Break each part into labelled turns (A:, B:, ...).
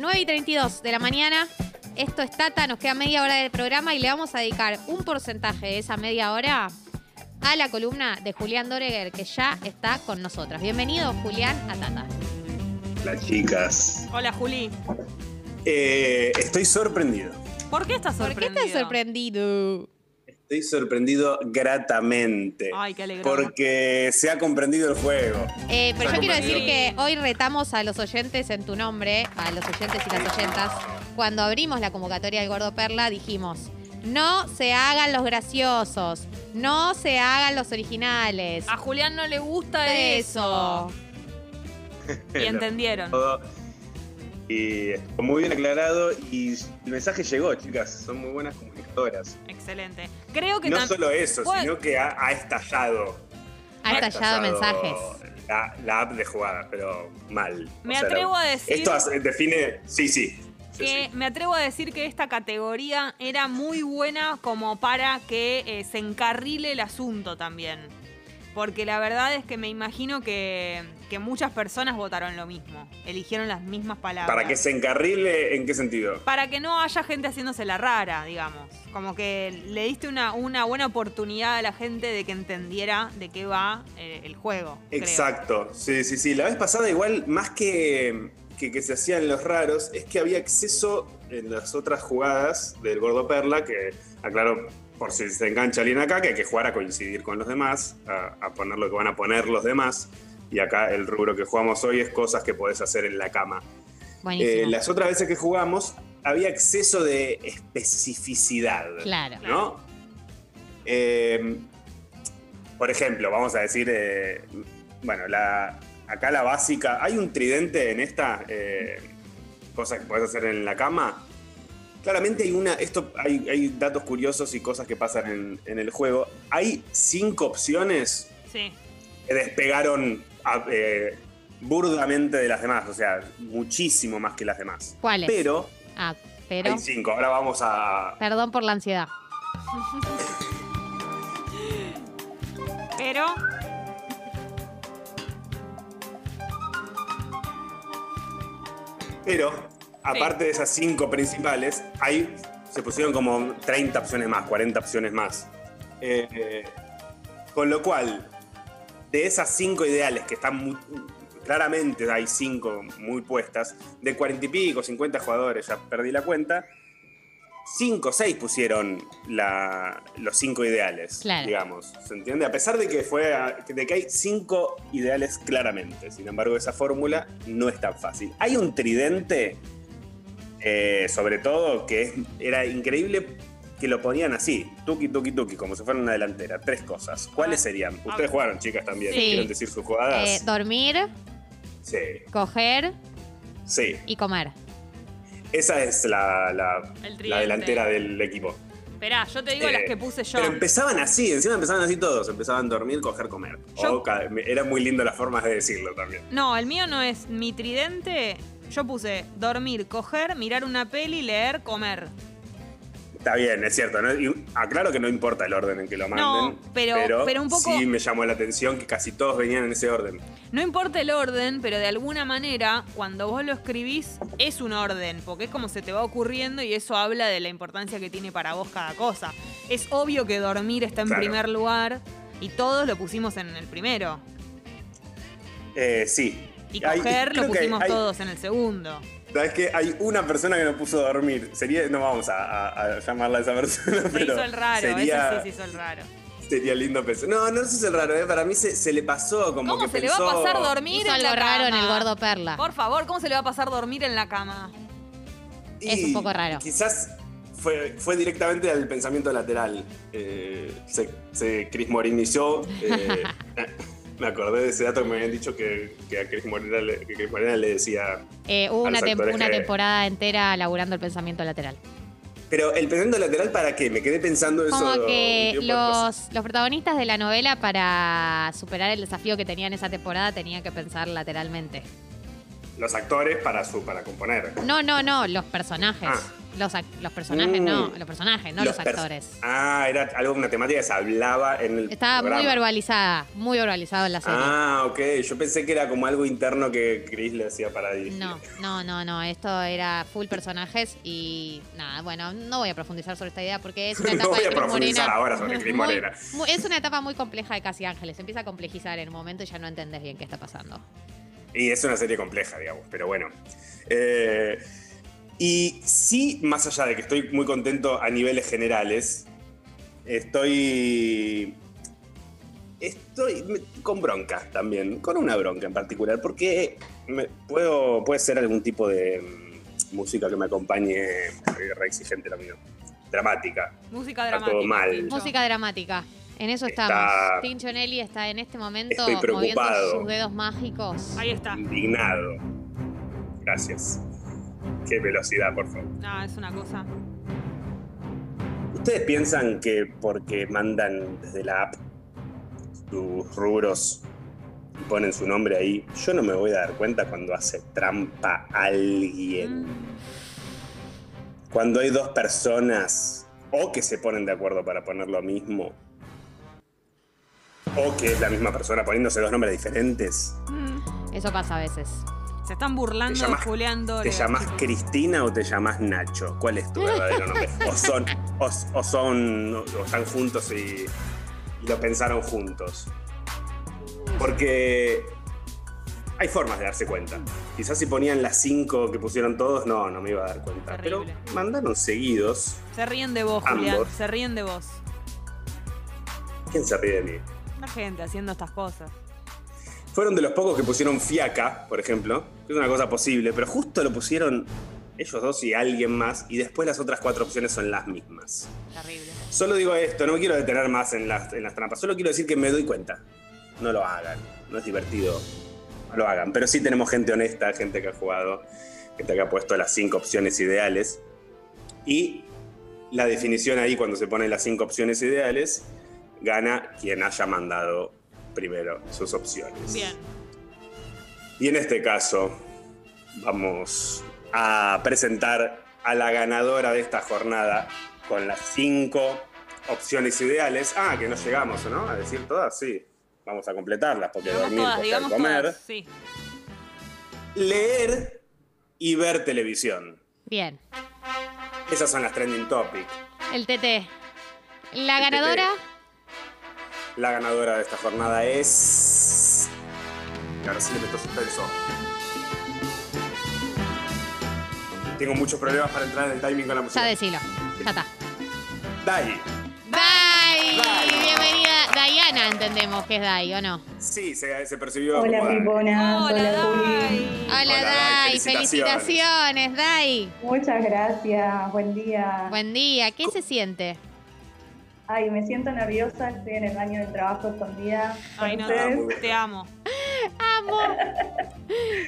A: 9 y 32 de la mañana. Esto es Tata, nos queda media hora del programa y le vamos a dedicar un porcentaje de esa media hora a la columna de Julián Doreger, que ya está con nosotras. Bienvenido, Julián, a Tata.
B: Las chicas.
C: Hola, Juli.
B: Eh, estoy sorprendido.
C: ¿Por qué estás
A: ¿Por qué
C: sorprendido?
A: estás sorprendido?
B: Estoy sorprendido gratamente.
C: Ay, qué alegría.
B: Porque se ha comprendido el juego.
A: Eh, pero yo quiero
B: comprendido.
A: decir que hoy retamos a los oyentes en tu nombre, a los oyentes y las oyentas. Cuando abrimos la convocatoria del Gordo Perla, dijimos: no se hagan los graciosos, no se hagan los originales.
C: A Julián no le gusta
A: Eso.
C: eso. Y entendieron.
B: Todo. Y muy bien aclarado y el mensaje llegó, chicas. Son muy buenas comunicadoras.
C: Excelente. Creo que
B: No
C: tam-
B: solo eso,
C: Bueno.
B: sino que ha, ha estallado.
A: Ha estallado mensajes.
B: La, la app de jugadas, pero mal.
C: Me
B: O sea,
C: atrevo a decir-
B: Esto hace- define. Sí, sí. Sí,
C: que
B: sí.
C: me atrevo a decir que esta categoría era muy buena como para que eh, se encarrile el asunto también. Porque la verdad es que me imagino que, que muchas personas votaron lo mismo. Eligieron las mismas palabras.
B: Para que se encarrile, ¿en qué sentido?
C: Para que no haya gente haciéndose la rara, digamos. Como que le diste una, una buena oportunidad a la gente de que entendiera de qué va eh, el juego. creo.
B: Exacto, sí, sí, sí. La vez pasada igual, más que, que que se hacían los raros, es que había exceso en las otras jugadas del Gordo Perla, que aclaro, por si se engancha alguien acá, que hay que jugar a coincidir con los demás, a, a poner lo que van a poner los demás. Y acá el rubro que jugamos hoy es cosas que podés hacer en la cama. Eh,
A: Buenísimo.
B: las otras veces que jugamos había exceso de especificidad.
A: Claro.
B: ¿no? Eh, por ejemplo, vamos a decir, eh, bueno, la, acá la básica, hay un tridente en esta eh, cosa que puedes hacer en la cama. Claramente hay una, esto hay, hay datos curiosos y cosas que pasan en, en el juego. Hay cinco opciones
C: Sí.
B: que despegaron a- eh, burdamente de las demás, o sea, muchísimo más que las demás.
A: ¿Cuáles?
B: Pero,
A: Ah, pero.
B: hay cinco. Ahora vamos a,
A: Perdón por la ansiedad.
C: Pero.
B: Pero, aparte de esas cinco principales, ahí se pusieron como 30 opciones más, 40 opciones más. Eh, eh, con lo cual, de esas cinco ideales que están muy- claramente hay cinco muy puestas, de 40 y pico, 50 jugadores, ya perdí la cuenta, cinco o seis pusieron la- los cinco ideales,
A: Claro.
B: digamos. ¿Se entiende? A pesar de que, fue, a- de que hay cinco ideales claramente. Sin embargo, esa fórmula no es tan fácil. Hay un tridente, eh, sobre todo, que es- era increíble que lo ponían así, tuki, tuki, tuki, como si fuera una delantera. Tres cosas.
C: Ah.
B: ¿Cuáles serían? Ustedes jugaron, chicas, también.
A: Sí.
B: ¿Quieren decir sus jugadas?
A: Eh, dormir,
B: sí,
A: coger
B: sí.
A: y comer.
B: Esa es la, la-
C: El
B: la
C: tridente.
B: delantera del equipo.
C: Esperá, yo te digo
B: Eh,
C: las que puse yo.
B: Pero empezaban así, encima empezaban así todos. Empezaban dormir, coger, comer.
C: Yo-
B: O ca- era muy lindo las formas de decirlo también.
C: No, el mío no es mi tridente. Yo puse dormir, coger, mirar una peli, leer, comer.
B: Está bien, es cierto. ¿no? Y aclaro que no importa el orden en que lo
C: No,
B: manden.
C: pero- pero un poco-
B: Sí me llamó la atención que casi todos venían en ese orden.
C: No importa el orden, pero de alguna manera, cuando vos lo escribís, es un orden, porque es como se te va ocurriendo y eso habla de la importancia que tiene para vos cada cosa. Es obvio que dormir está en
B: Claro.
C: primer lugar y todos lo pusimos en el primero.
B: Eh, sí.
C: Y
B: Hay-
C: coger lo
B: creo que hay-
C: pusimos
B: hay-
C: todos en el segundo.
B: Sabes que hay una persona que no puso a dormir. Sería, no vamos a, a- a llamarla a esa persona.
C: Se
B: pero
C: hizo el raro,
B: sería,
C: ese sí se hizo el raro.
B: sería lindo pensar. No, no se hizo el raro, eh, para mí se, se le pasó como
C: ¿Cómo
B: que
C: se
B: pensó-
C: le va a pasar dormir
A: Hizo
C: en la
A: algo raro en
C: cama?
A: el gordo perla.
C: Por favor, ¿cómo se le va a pasar dormir en la cama?
A: Es un poco raro.
B: Quizás fue, fue directamente al pensamiento lateral. Eh, se, se Cris Morín hizo. eh, me acordé de ese dato que me habían dicho que, que a Cris Morena, le- que Cris Morena le decía.
A: Eh, hubo
B: A
A: una,
B: los
A: tem-
B: actores
A: una
B: que-
A: temporada entera laburando el pensamiento lateral.
B: Pero el pensamiento lateral, ¿para qué? Me quedé pensando eso. pues,
A: Como que
B: un tiempo después.
A: los, los protagonistas de la novela, para superar el desafío que tenían esa temporada, tenían que pensar lateralmente.
B: Los actores para, su, para componer.
A: No, no, no, los personajes.
B: Ah.
A: Los, ac- los personajes,
B: Mm.
A: no. Los personajes, no los,
B: pers-
A: actores.
B: Ah, era algo, una temática que se hablaba en el.
A: Estaba muy
B: programa.
A: verbalizada, muy verbalizado en la serie.
B: Ah, ok. Yo pensé que era como algo interno que Chris le hacía para dirigir.
A: No, no, no, no. Esto era full personajes y nada, bueno, no voy a profundizar sobre esta idea porque es una etapa
B: No voy
A: de
B: a
A: Cris
B: profundizar
A: Morena
B: ahora sobre Cris
A: muy-
B: Morena.
A: muy- es una etapa muy compleja de Casi Ángeles. Se empieza a complejizar en un momento y ya no entendés bien qué está pasando.
B: Y es una serie compleja, digamos, pero bueno. Eh, y sí, más allá de que estoy muy contento a niveles generales, estoy. Estoy me- con bronca también, con una bronca en particular, porque me- puedo, puede ser algún tipo de mm, música que me acompañe eh, re re exigente la mía. Dramática.
C: Música
B: Está
C: dramática.
B: todo mal.
C: Tincho.
A: Música dramática. En eso
B: Está-
A: estamos. Tincho Nelly está en este momento
B: Estoy
A: moviendo
B: preocupado.
A: sus dedos mágicos.
C: Ahí está.
B: Indignado. Gracias. Qué velocidad, por favor.
C: Ah, es una cosa.
B: ¿Ustedes piensan que porque mandan desde la app sus rubros y ponen su nombre ahí, yo no me voy a dar cuenta cuando hace trampa alguien?
C: Mm.
B: Cuando hay dos personas o que se ponen de acuerdo para poner lo mismo, o que es la misma persona poniéndose dos nombres diferentes.
C: Mm.
A: Eso pasa a veces.
C: Se están burlando
B: Te llamás-
C: de Julián
B: ¿Te
C: Dória,
B: llamás
C: chicos.
B: Cristina o te llamás Nacho? ¿Cuál es tu verdadero nombre? O son, o, o son, o están juntos y, y lo pensaron juntos. Porque hay formas de darse cuenta. Quizás si ponían las cinco que pusieron todos, no, no me iba a dar cuenta.
C: Terrible.
B: Pero mandaron seguidos.
C: Se ríen de vos,
B: Ambos.
C: Julián. Se ríen de vos.
B: ¿Quién se ríe de mí?
C: La gente haciendo estas cosas.
B: Fueron de los pocos que pusieron fiaca, por ejemplo, que es una cosa posible, pero justo lo pusieron ellos dos y alguien más, y después las otras cuatro opciones son las mismas.
C: Terrible.
B: Solo digo esto, no me quiero detener más en las, en las trampas. Solo quiero decir que me doy cuenta. No lo hagan. No es divertido. No lo hagan. Pero sí tenemos gente honesta, gente que ha jugado, gente que ha puesto las cinco opciones ideales. Y la definición ahí, cuando se ponen las cinco opciones ideales, gana quien haya mandado primero sus opciones.
C: Bien.
B: Y en este caso, vamos a presentar a la ganadora de esta jornada con las cinco opciones ideales. Ah, que no llegamos, ¿no? A decir todas, sí. Vamos a completarlas, porque
C: Digamos
B: dormir,
C: todas,
B: comer,
C: digamos
B: comer,
C: todas. Sí.
B: leer y ver televisión.
A: Bien.
B: Esas son las trending topics.
A: El TT. La
B: El TT.
A: ganadora.
B: La ganadora de esta jornada es. Y Ahora sí le meto suspenso. Tengo muchos problemas para entrar en el timing con la música.
A: Ya decilo. Ya está.
B: Dai.
A: Dai.
B: Dai.
A: Bienvenida. Diana entendemos que es Dai, ¿o no?
B: Sí, se, se percibió
D: Hola
B: como Dai.
D: Piponas, hola,
C: Hola,
D: Juli.
C: Dai.
A: Hola,
B: Hola, Dai,
A: Dai.
B: felicitaciones.
A: Felicitaciones, Dai.
D: Muchas gracias, buen día.
A: Buen día. ¿Qué se siente?
D: Ay, me siento nerviosa, estoy en el baño del trabajo escondida.
C: Ay, no,
D: Entonces,
B: muy bien.
C: te amo.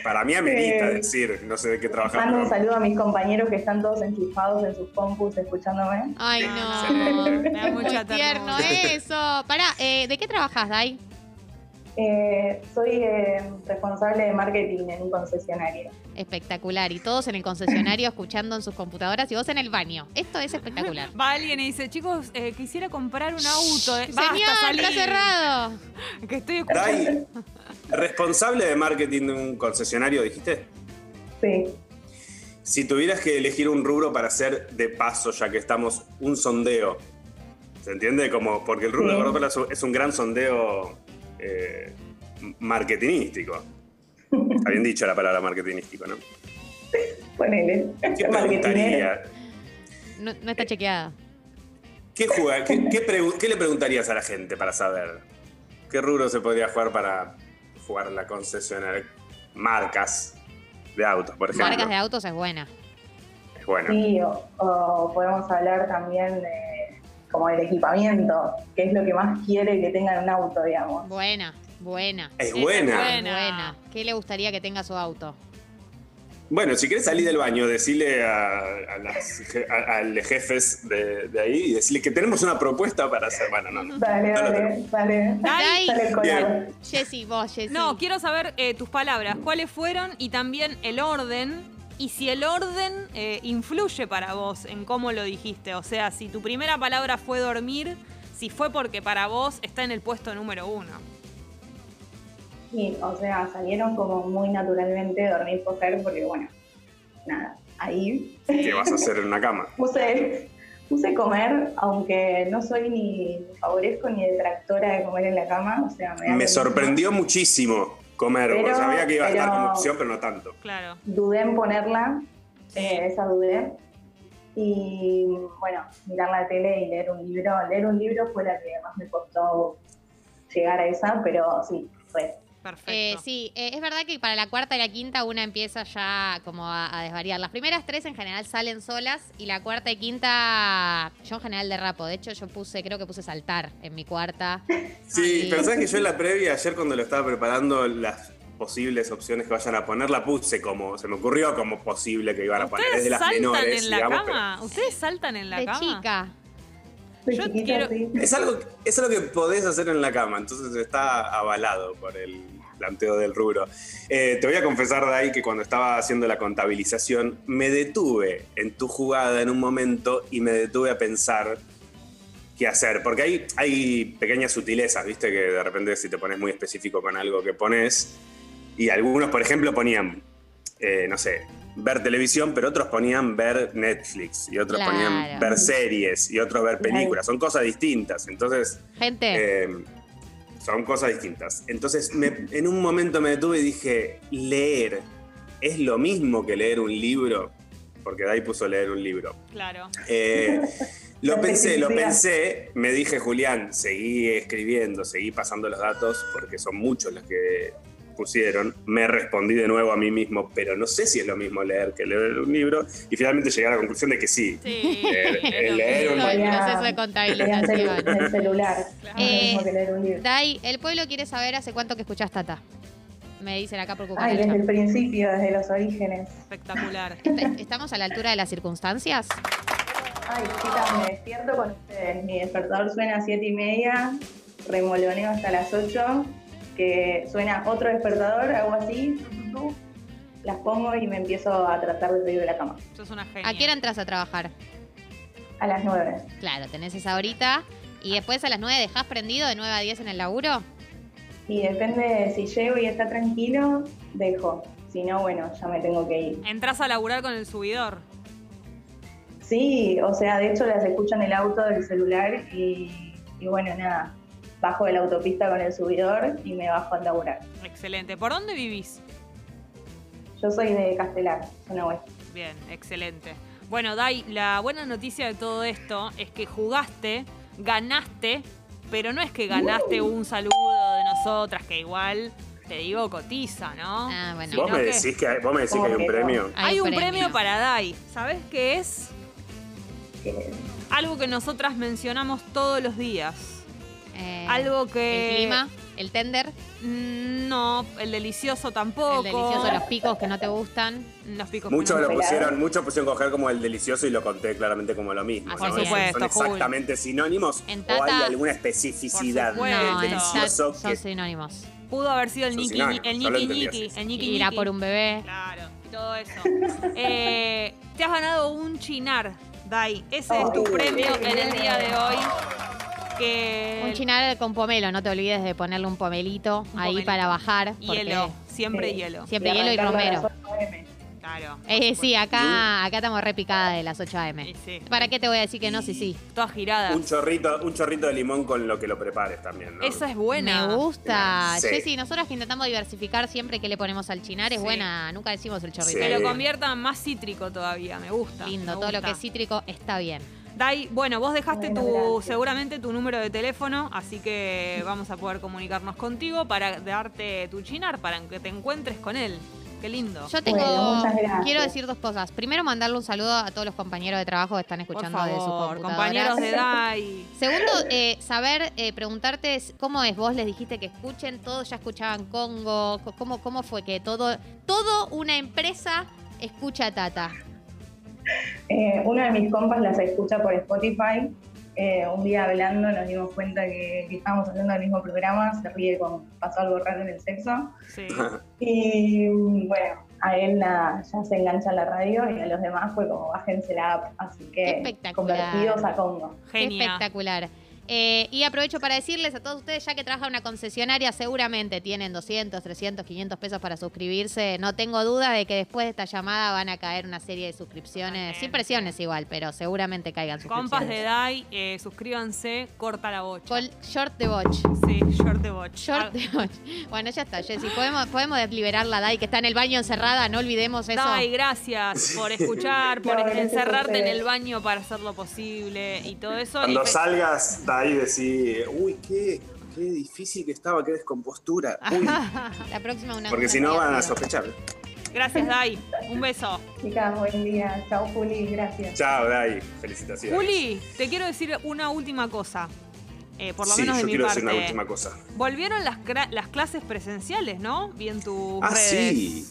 B: Para mí amerita
D: Eh,
B: decir, no sé de qué trabajar.
D: Mando un saludo a mis compañeros que están todos enchufados en sus compus escuchándome.
A: Ay, no.
B: Excelente.
C: Me da
A: Muy
C: mucha
A: tierno
C: ternura.
A: eso. Pará, eh, ¿de qué trabajas, Dai?
D: Eh, soy eh, responsable de marketing en un concesionario.
A: Espectacular. Y todos en el concesionario escuchando en sus computadoras y vos en el baño. Esto es espectacular.
C: Va alguien y dice, chicos, eh, quisiera comprar un auto. eh. Basta,
A: Señor,
C: salí.
A: está cerrado.
C: Que estoy escuchando.
B: Dai, responsable de marketing de un concesionario, dijiste.
D: Sí.
B: Si tuvieras que elegir un rubro para hacer de paso, ya que estamos un sondeo, ¿se entiende? Como porque el rubro
D: Sí.
B: de Gordo Perla es un- es un gran sondeo eh, marketinístico. Está bien dicho la palabra marketinístico, ¿no?
D: Ponele.
B: ¿Qué
D: ¿eh? Marketinero.
B: preguntaría?
A: No, no está chequeada.
B: ¿Qué, juega- qué- qué pregu- qué le preguntarías a la gente para saber? ¿Qué rubro se podría jugar para jugar en la concesionaria? Marcas de autos, por ejemplo.
A: Marcas de autos es buena.
B: Bueno,
D: Sí, o, o podemos hablar también de, como del equipamiento, que es lo que más quiere que tengan un auto, digamos.
A: Buena, buena.
B: es
C: es
B: buena.
C: buena.
A: Buena. ¿Qué le gustaría que tenga su auto?
B: Bueno, si quieres salir del baño, decirle a, a las je- a- a los jefes de, de ahí y decirle que tenemos una propuesta para hacer. Bueno, no, no.
D: Dale,
B: No lo
D: dale,
B: tenemos.
D: dale.
A: Dai.
D: Sale el colado.
B: Bien.
A: Jessy, vos, Jessy.
C: No, quiero saber eh, tus palabras. ¿Cuáles fueron? Y también el orden y si el orden eh, influye para vos en cómo lo dijiste. O sea, si tu primera palabra fue dormir, si fue porque para vos está en el puesto número uno.
D: Sí, o sea, salieron como muy naturalmente dormir, coger, porque bueno, nada, ahí
B: ¿Qué vas a hacer en una cama?
D: puse, puse comer, aunque no soy ni, ni favorezco ni detractora de comer en la cama, o sea, me, da lo
B: Me
D: mismo.
B: sorprendió muchísimo comer. porque
D: Pero-
B: Sabía que iba a estar
D: pero-
B: como opción, pero no tanto.
C: Claro.
D: Dudé en ponerla, eh, esa dudé. Y bueno, mirar la tele y leer un libro. Leer un libro fue la que más me costó llegar a esa, pero sí, fue.
C: Perfecto.
A: Eh, sí, eh, es verdad que para la cuarta y la quinta una empieza ya como a, a desvariar. Las primeras tres en general salen solas y la cuarta y quinta yo en general derrapo. De hecho yo puse, creo que puse saltar en mi cuarta.
B: Sí,
A: Ay.
B: pero sabes que yo en la previa, ayer cuando lo estaba preparando, las posibles opciones que vayan a poner, la puse como, se me ocurrió como posible que iban a poner. Es de
C: ¿Ustedes
B: las
C: saltan
B: menores,
C: en la
B: digamos,
C: cama? ¿Ustedes saltan en la
A: de
C: cama?
A: chica.
D: Soy
C: Yo
D: chiquita,
C: quiero-
D: sí.
B: pero Es algo, es algo que podés hacer en la cama, entonces está avalado por el planteo del rubro. Eh, te voy a confesar, Dai, que cuando estaba haciendo la contabilización, me detuve en tu jugada en un momento y me detuve a pensar qué hacer. Porque hay, hay pequeñas sutilezas, ¿viste? Que de repente si te pones muy específico con algo que pones, y algunos, por ejemplo, ponían, eh, no sé, ver televisión, pero otros ponían ver Netflix, y otros
A: Claro.
B: ponían ver series, y otros ver películas. Son cosas distintas. Entonces...
A: Gente,
B: Eh, son cosas distintas. Entonces, me- en un momento me detuve y dije, leer es lo mismo que leer un libro, porque Dai puso leer un libro.
C: Claro.
B: Eh, lo
D: La
B: pensé, lo
D: especificidad.
B: pensé, me dije, Julián, seguí escribiendo, seguí pasando los datos, porque son muchos los que pusieron. Me respondí de nuevo a mí mismo, pero no sé si es lo mismo leer que leer un libro, y finalmente llegué a la conclusión de que sí.
C: Sí.
B: El- el Eh, leer
A: todo
B: un-
A: el proceso de
D: Leer en celu-
A: contabilización.
D: en el celular.
C: Claro.
D: No es lo mismo
A: Eh,
D: que leer un libro.
A: Dai, el pueblo quiere saber hace cuánto que escuchás Tata. Me dicen acá por
D: Ay,
A: Cucaracha.
D: desde el principio, desde los orígenes.
C: Espectacular.
A: Est- ¿Estamos a la altura de las circunstancias?
D: Ay, chicas, me despierto con ustedes. Mi despertador suena a 7 y media, remoloneo hasta las 8, que suena otro despertador, hago así, tu, tu, tu, las pongo y me empiezo a tratar de salir de la cama.
C: Sos una genia.
A: ¿A qué hora entras a trabajar?
D: A las 9.
A: Claro, tenés esa horita. Y después a las 9 dejás prendido de 9 a 10 en el laburo.
D: Y depende de si llego y está tranquilo, dejo. Si no, bueno, ya me tengo que ir.
C: Entrás a laburar con el subidor.
D: Sí, o sea, de hecho las escucho en el auto del celular y, y bueno, nada. Bajo de la autopista con el subidor y me bajo a laburar.
C: Excelente. ¿Por dónde vivís?
D: Yo soy de Castelar, zona oeste.
C: Bien, excelente. Bueno, Dai, la buena noticia de todo esto es que jugaste, ganaste, pero no es que ganaste un saludo de nosotras, que igual, te digo, cotiza, ¿no?
A: Ah, bueno.
B: ¿Vos,
C: Sino
B: me
C: que
B: decís que hay, ¿Vos me decís que hay un
D: Obvio.
B: premio?
C: Hay, un premio. para Dai. ¿Sabes qué es?
D: que-
C: Algo que nosotras mencionamos todos los días.
A: Eh,
C: Algo que...
A: El clima, el tender,
C: Mm, No, el delicioso tampoco.
A: el delicioso, los picos que no te gustan.
C: Los picos.
B: Muchos
C: que no-
B: lo
D: Pelado.
B: pusieron, muchos pusieron coger como el delicioso y lo conté claramente como lo mismo.
A: Ah,
B: ¿no?
A: por
B: Es-
C: supuesto,
B: Son
C: Juli.
B: exactamente sinónimos
A: En
B: o hay
A: Tata-
B: alguna especificidad
C: Por
B: del
C: supuesto.
A: no, en chat
B: delicioso
A: son
B: que
A: sinónimos.
C: Pudo haber sido el
B: Son
C: Nicky
B: sinónimos,
C: el
B: yo lo
C: Nicky
B: entendí
C: Nicky,
B: así.
C: el Nicky
A: Ir a
C: Nicky.
A: por un bebé.
C: Claro, y todo eso. Eh, te has ganado un chinar, Dai. Ese es
B: Oh.
C: tu
D: Ay,
C: premio
D: qué
C: en el día de
D: bien.
C: hoy. Que
A: Un chinar con pomelo, no te olvides de ponerle un pomelito
C: Un
A: ahí
C: pomelito.
A: para bajar. porque
C: hielo, siempre
D: Sí.
C: hielo.
A: Siempre
D: de
A: hielo y
D: arrancarlo a las
A: romero.
D: 8 AM.
C: Claro. por
A: Eh, sí,
C: supuesto.
A: acá, acá estamos repicada de las 8
C: Y
A: a.m.
C: sí.
A: ¿Para qué te voy a decir que no? Sí, sí.
C: Todas giradas.
B: un chorrito, un chorrito de limón con lo que lo prepares también, ¿no?
C: Esa es buena.
A: Me gusta.
B: Sí.
A: Jessy, nosotras que intentamos diversificar siempre que le ponemos al chinar es
C: Sí.
A: buena. Nunca decimos el chorrito.
B: Sí.
C: Que lo convierta más cítrico todavía. Me gusta.
A: Lindo,
C: me
A: todo lo
C: gusta.
A: que es cítrico está bien.
C: Dai, bueno, vos dejaste
D: Bueno,
C: tu,
D: gracias.
C: seguramente tu número de teléfono, así que vamos a poder comunicarnos contigo para darte tu chinar, para que te encuentres con él. Qué lindo.
A: Yo tengo.
D: Bueno, muchas gracias.
A: quiero decir dos cosas. Primero, mandarle un saludo a todos los compañeros de trabajo que están
C: Por
A: escuchando de sus
C: favor,
A: computadoras.
C: compañeros de Dai.
A: Segundo, eh, saber, eh, preguntarte es- cómo es vos, les dijiste que escuchen, todos ya escuchaban Congo, co- cómo, cómo fue que todo, todo una empresa escucha a Tata.
D: Eh, uno de mis compas las escucha por Spotify. Eh, un día hablando nos dimos cuenta que, que estábamos haciendo el mismo programa, se ríe con pasó algo raro en el sexo.
C: Sí.
D: Y mm, bueno, a él nada, ya se engancha la radio y a los demás fue como bájense la app. Así
A: Qué
D: que
A: espectacular.
D: convertidos a Congo.
A: Qué
C: Genia.
A: espectacular. Eh, y aprovecho para decirles a todos ustedes, ya que trabaja una concesionaria, seguramente tienen 200, 300, 500 pesos para suscribirse. No tengo duda de que después de esta llamada van a caer una serie de suscripciones, sin
C: Totalmente.
A: presiones igual, pero seguramente caigan suscripciones.
C: Compas de Dai, eh, suscríbanse, corta la bocha.
A: Col- short de botch.
C: Sí, short de bocha. Ah,
A: Short de botch. Bueno, ya está, Jessy. ¿Podemos, podemos liberar la DAI que está en el baño encerrada, no olvidemos eso.
C: Dai, gracias por escuchar, por
D: No, gracias a
C: encerrarte en
D: ustedes.
C: el baño para hacer lo posible y todo eso.
B: Cuando
C: Y fe-
B: salgas de ahí decís, uy, qué, qué difícil que estaba, qué descompostura.
C: Ah,
B: Uy,
A: La próxima una.
B: porque
A: una
B: si no van a
A: criatura.
B: sospechar.
C: Gracias, Dai. Un beso.
D: Chicas, buen día. Chau, Juli. Gracias.
B: Chao, Dai, felicitaciones.
C: Juli, te quiero decir una última cosa. Eh, por lo
B: sí,
C: menos de
B: yo
C: mi
B: quiero
C: parte.
B: decir una última cosa.
C: Volvieron las, cra- las clases presenciales, ¿no? Vi en tus
B: Ah,
C: redes.
B: sí.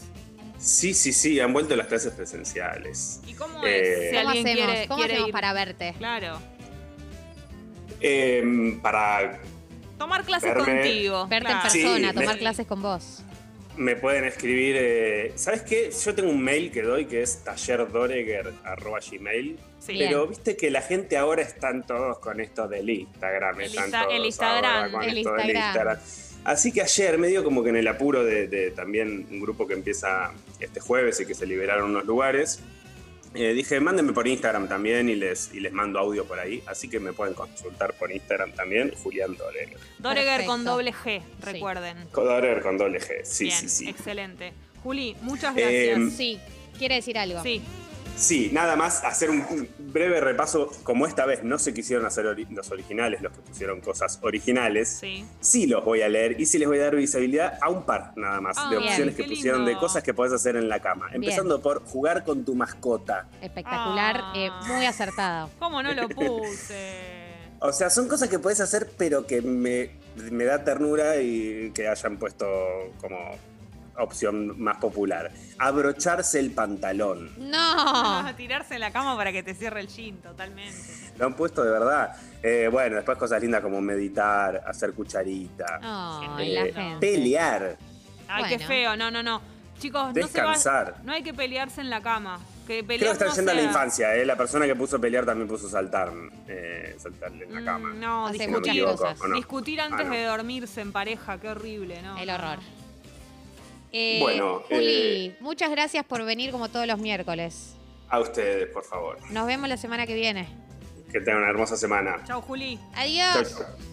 B: Sí, sí, sí, han vuelto las clases presenciales.
C: ¿Y cómo
B: Eh,
C: es? Si
A: ¿Cómo
C: alguien
A: hacemos?
C: quiere-
A: ¿Cómo
C: quiere
A: hacemos
C: ir-
A: para verte?
C: Claro.
B: Eh, para
C: Tomar clases
B: Verme-
C: contigo.
A: Verte en
C: claro.
B: Sí,
A: persona,
B: me-
A: tomar clases con vos.
B: me pueden escribir. eh, ¿Sabes qué? Yo tengo un mail que doy que es tallerdoreger.gmail.
C: Sí.
A: Bien.
B: Pero viste que la gente ahora están todos con esto del Instagram.
C: El
B: están
C: Insta-
B: todos
C: el Instagram,
B: ahora con
A: el
B: esto del
A: Instagram.
B: Instagram. Así que ayer, medio como que en el apuro de, de también un grupo que empieza este jueves y que se liberaron unos lugares, eh, dije, mándenme por Instagram también y les, y les mando audio por ahí. Así que me pueden consultar por Instagram también, Julián Dorer.
C: Doreger con
A: Perfecto.
C: doble G, recuerden.
B: Con Dorer con doble G. Sí,
C: Bien,
B: sí, sí.
C: excelente. Juli, muchas
B: Eh,
C: gracias.
A: Sí, quiere decir algo.
C: sí,
B: Sí, nada más hacer un- un breve repaso. Como esta vez no se quisieron hacer ori- los originales, los que pusieron cosas originales.
C: sí.
B: sí los voy a leer y sí les voy a dar visibilidad a un par nada más
C: Ah,
B: de
C: bien,
B: opciones
C: qué
B: que pusieron
C: lindo.
B: de cosas que podés hacer en la cama. Empezando por jugar con tu mascota.
A: Espectacular,
C: Ah.
A: eh, muy acertado.
C: ¿Cómo no lo puse?
B: O sea, son cosas que podés hacer pero que me, me da ternura y que hayan puesto como opción más popular. Abrocharse el pantalón.
A: No.
C: Ah, tirarse en la cama para que te cierre el jean, totalmente.
B: Lo han puesto de verdad. Eh, bueno, después cosas lindas como meditar, hacer cucharita,
C: Ah,
A: Ay,
B: eh,
A: la gente.
B: pelear,
C: Ay, qué
A: Bueno.
C: feo, no, no, no. Chicos, Ah, no se va,
B: descansar.
C: no hay que pelearse en la cama. Que
B: Creo
C: pelear
B: que están
C: no
B: yendo a la
C: sea-
B: infancia, ¿eh? La persona que puso pelear también puso saltar, eh, saltar en la
C: Mm,
B: cama.
C: No,
A: Hace
B: Si no me
C: discutir,
A: muchas
B: equivoco,
A: cosas.
B: ¿o no?
C: discutir antes
B: Ah, no.
C: de dormirse en pareja, qué horrible, ¿no?
A: El
C: no,
A: horror.
C: no.
A: Eh,
B: Bueno,
A: Juli,
B: eh,
A: muchas gracias por venir como todos los miércoles.
B: A ustedes, por favor.
A: Nos vemos la semana que viene.
B: Que tengan una hermosa semana.
C: Chau, Juli.
A: Adiós.
B: Chau, chau.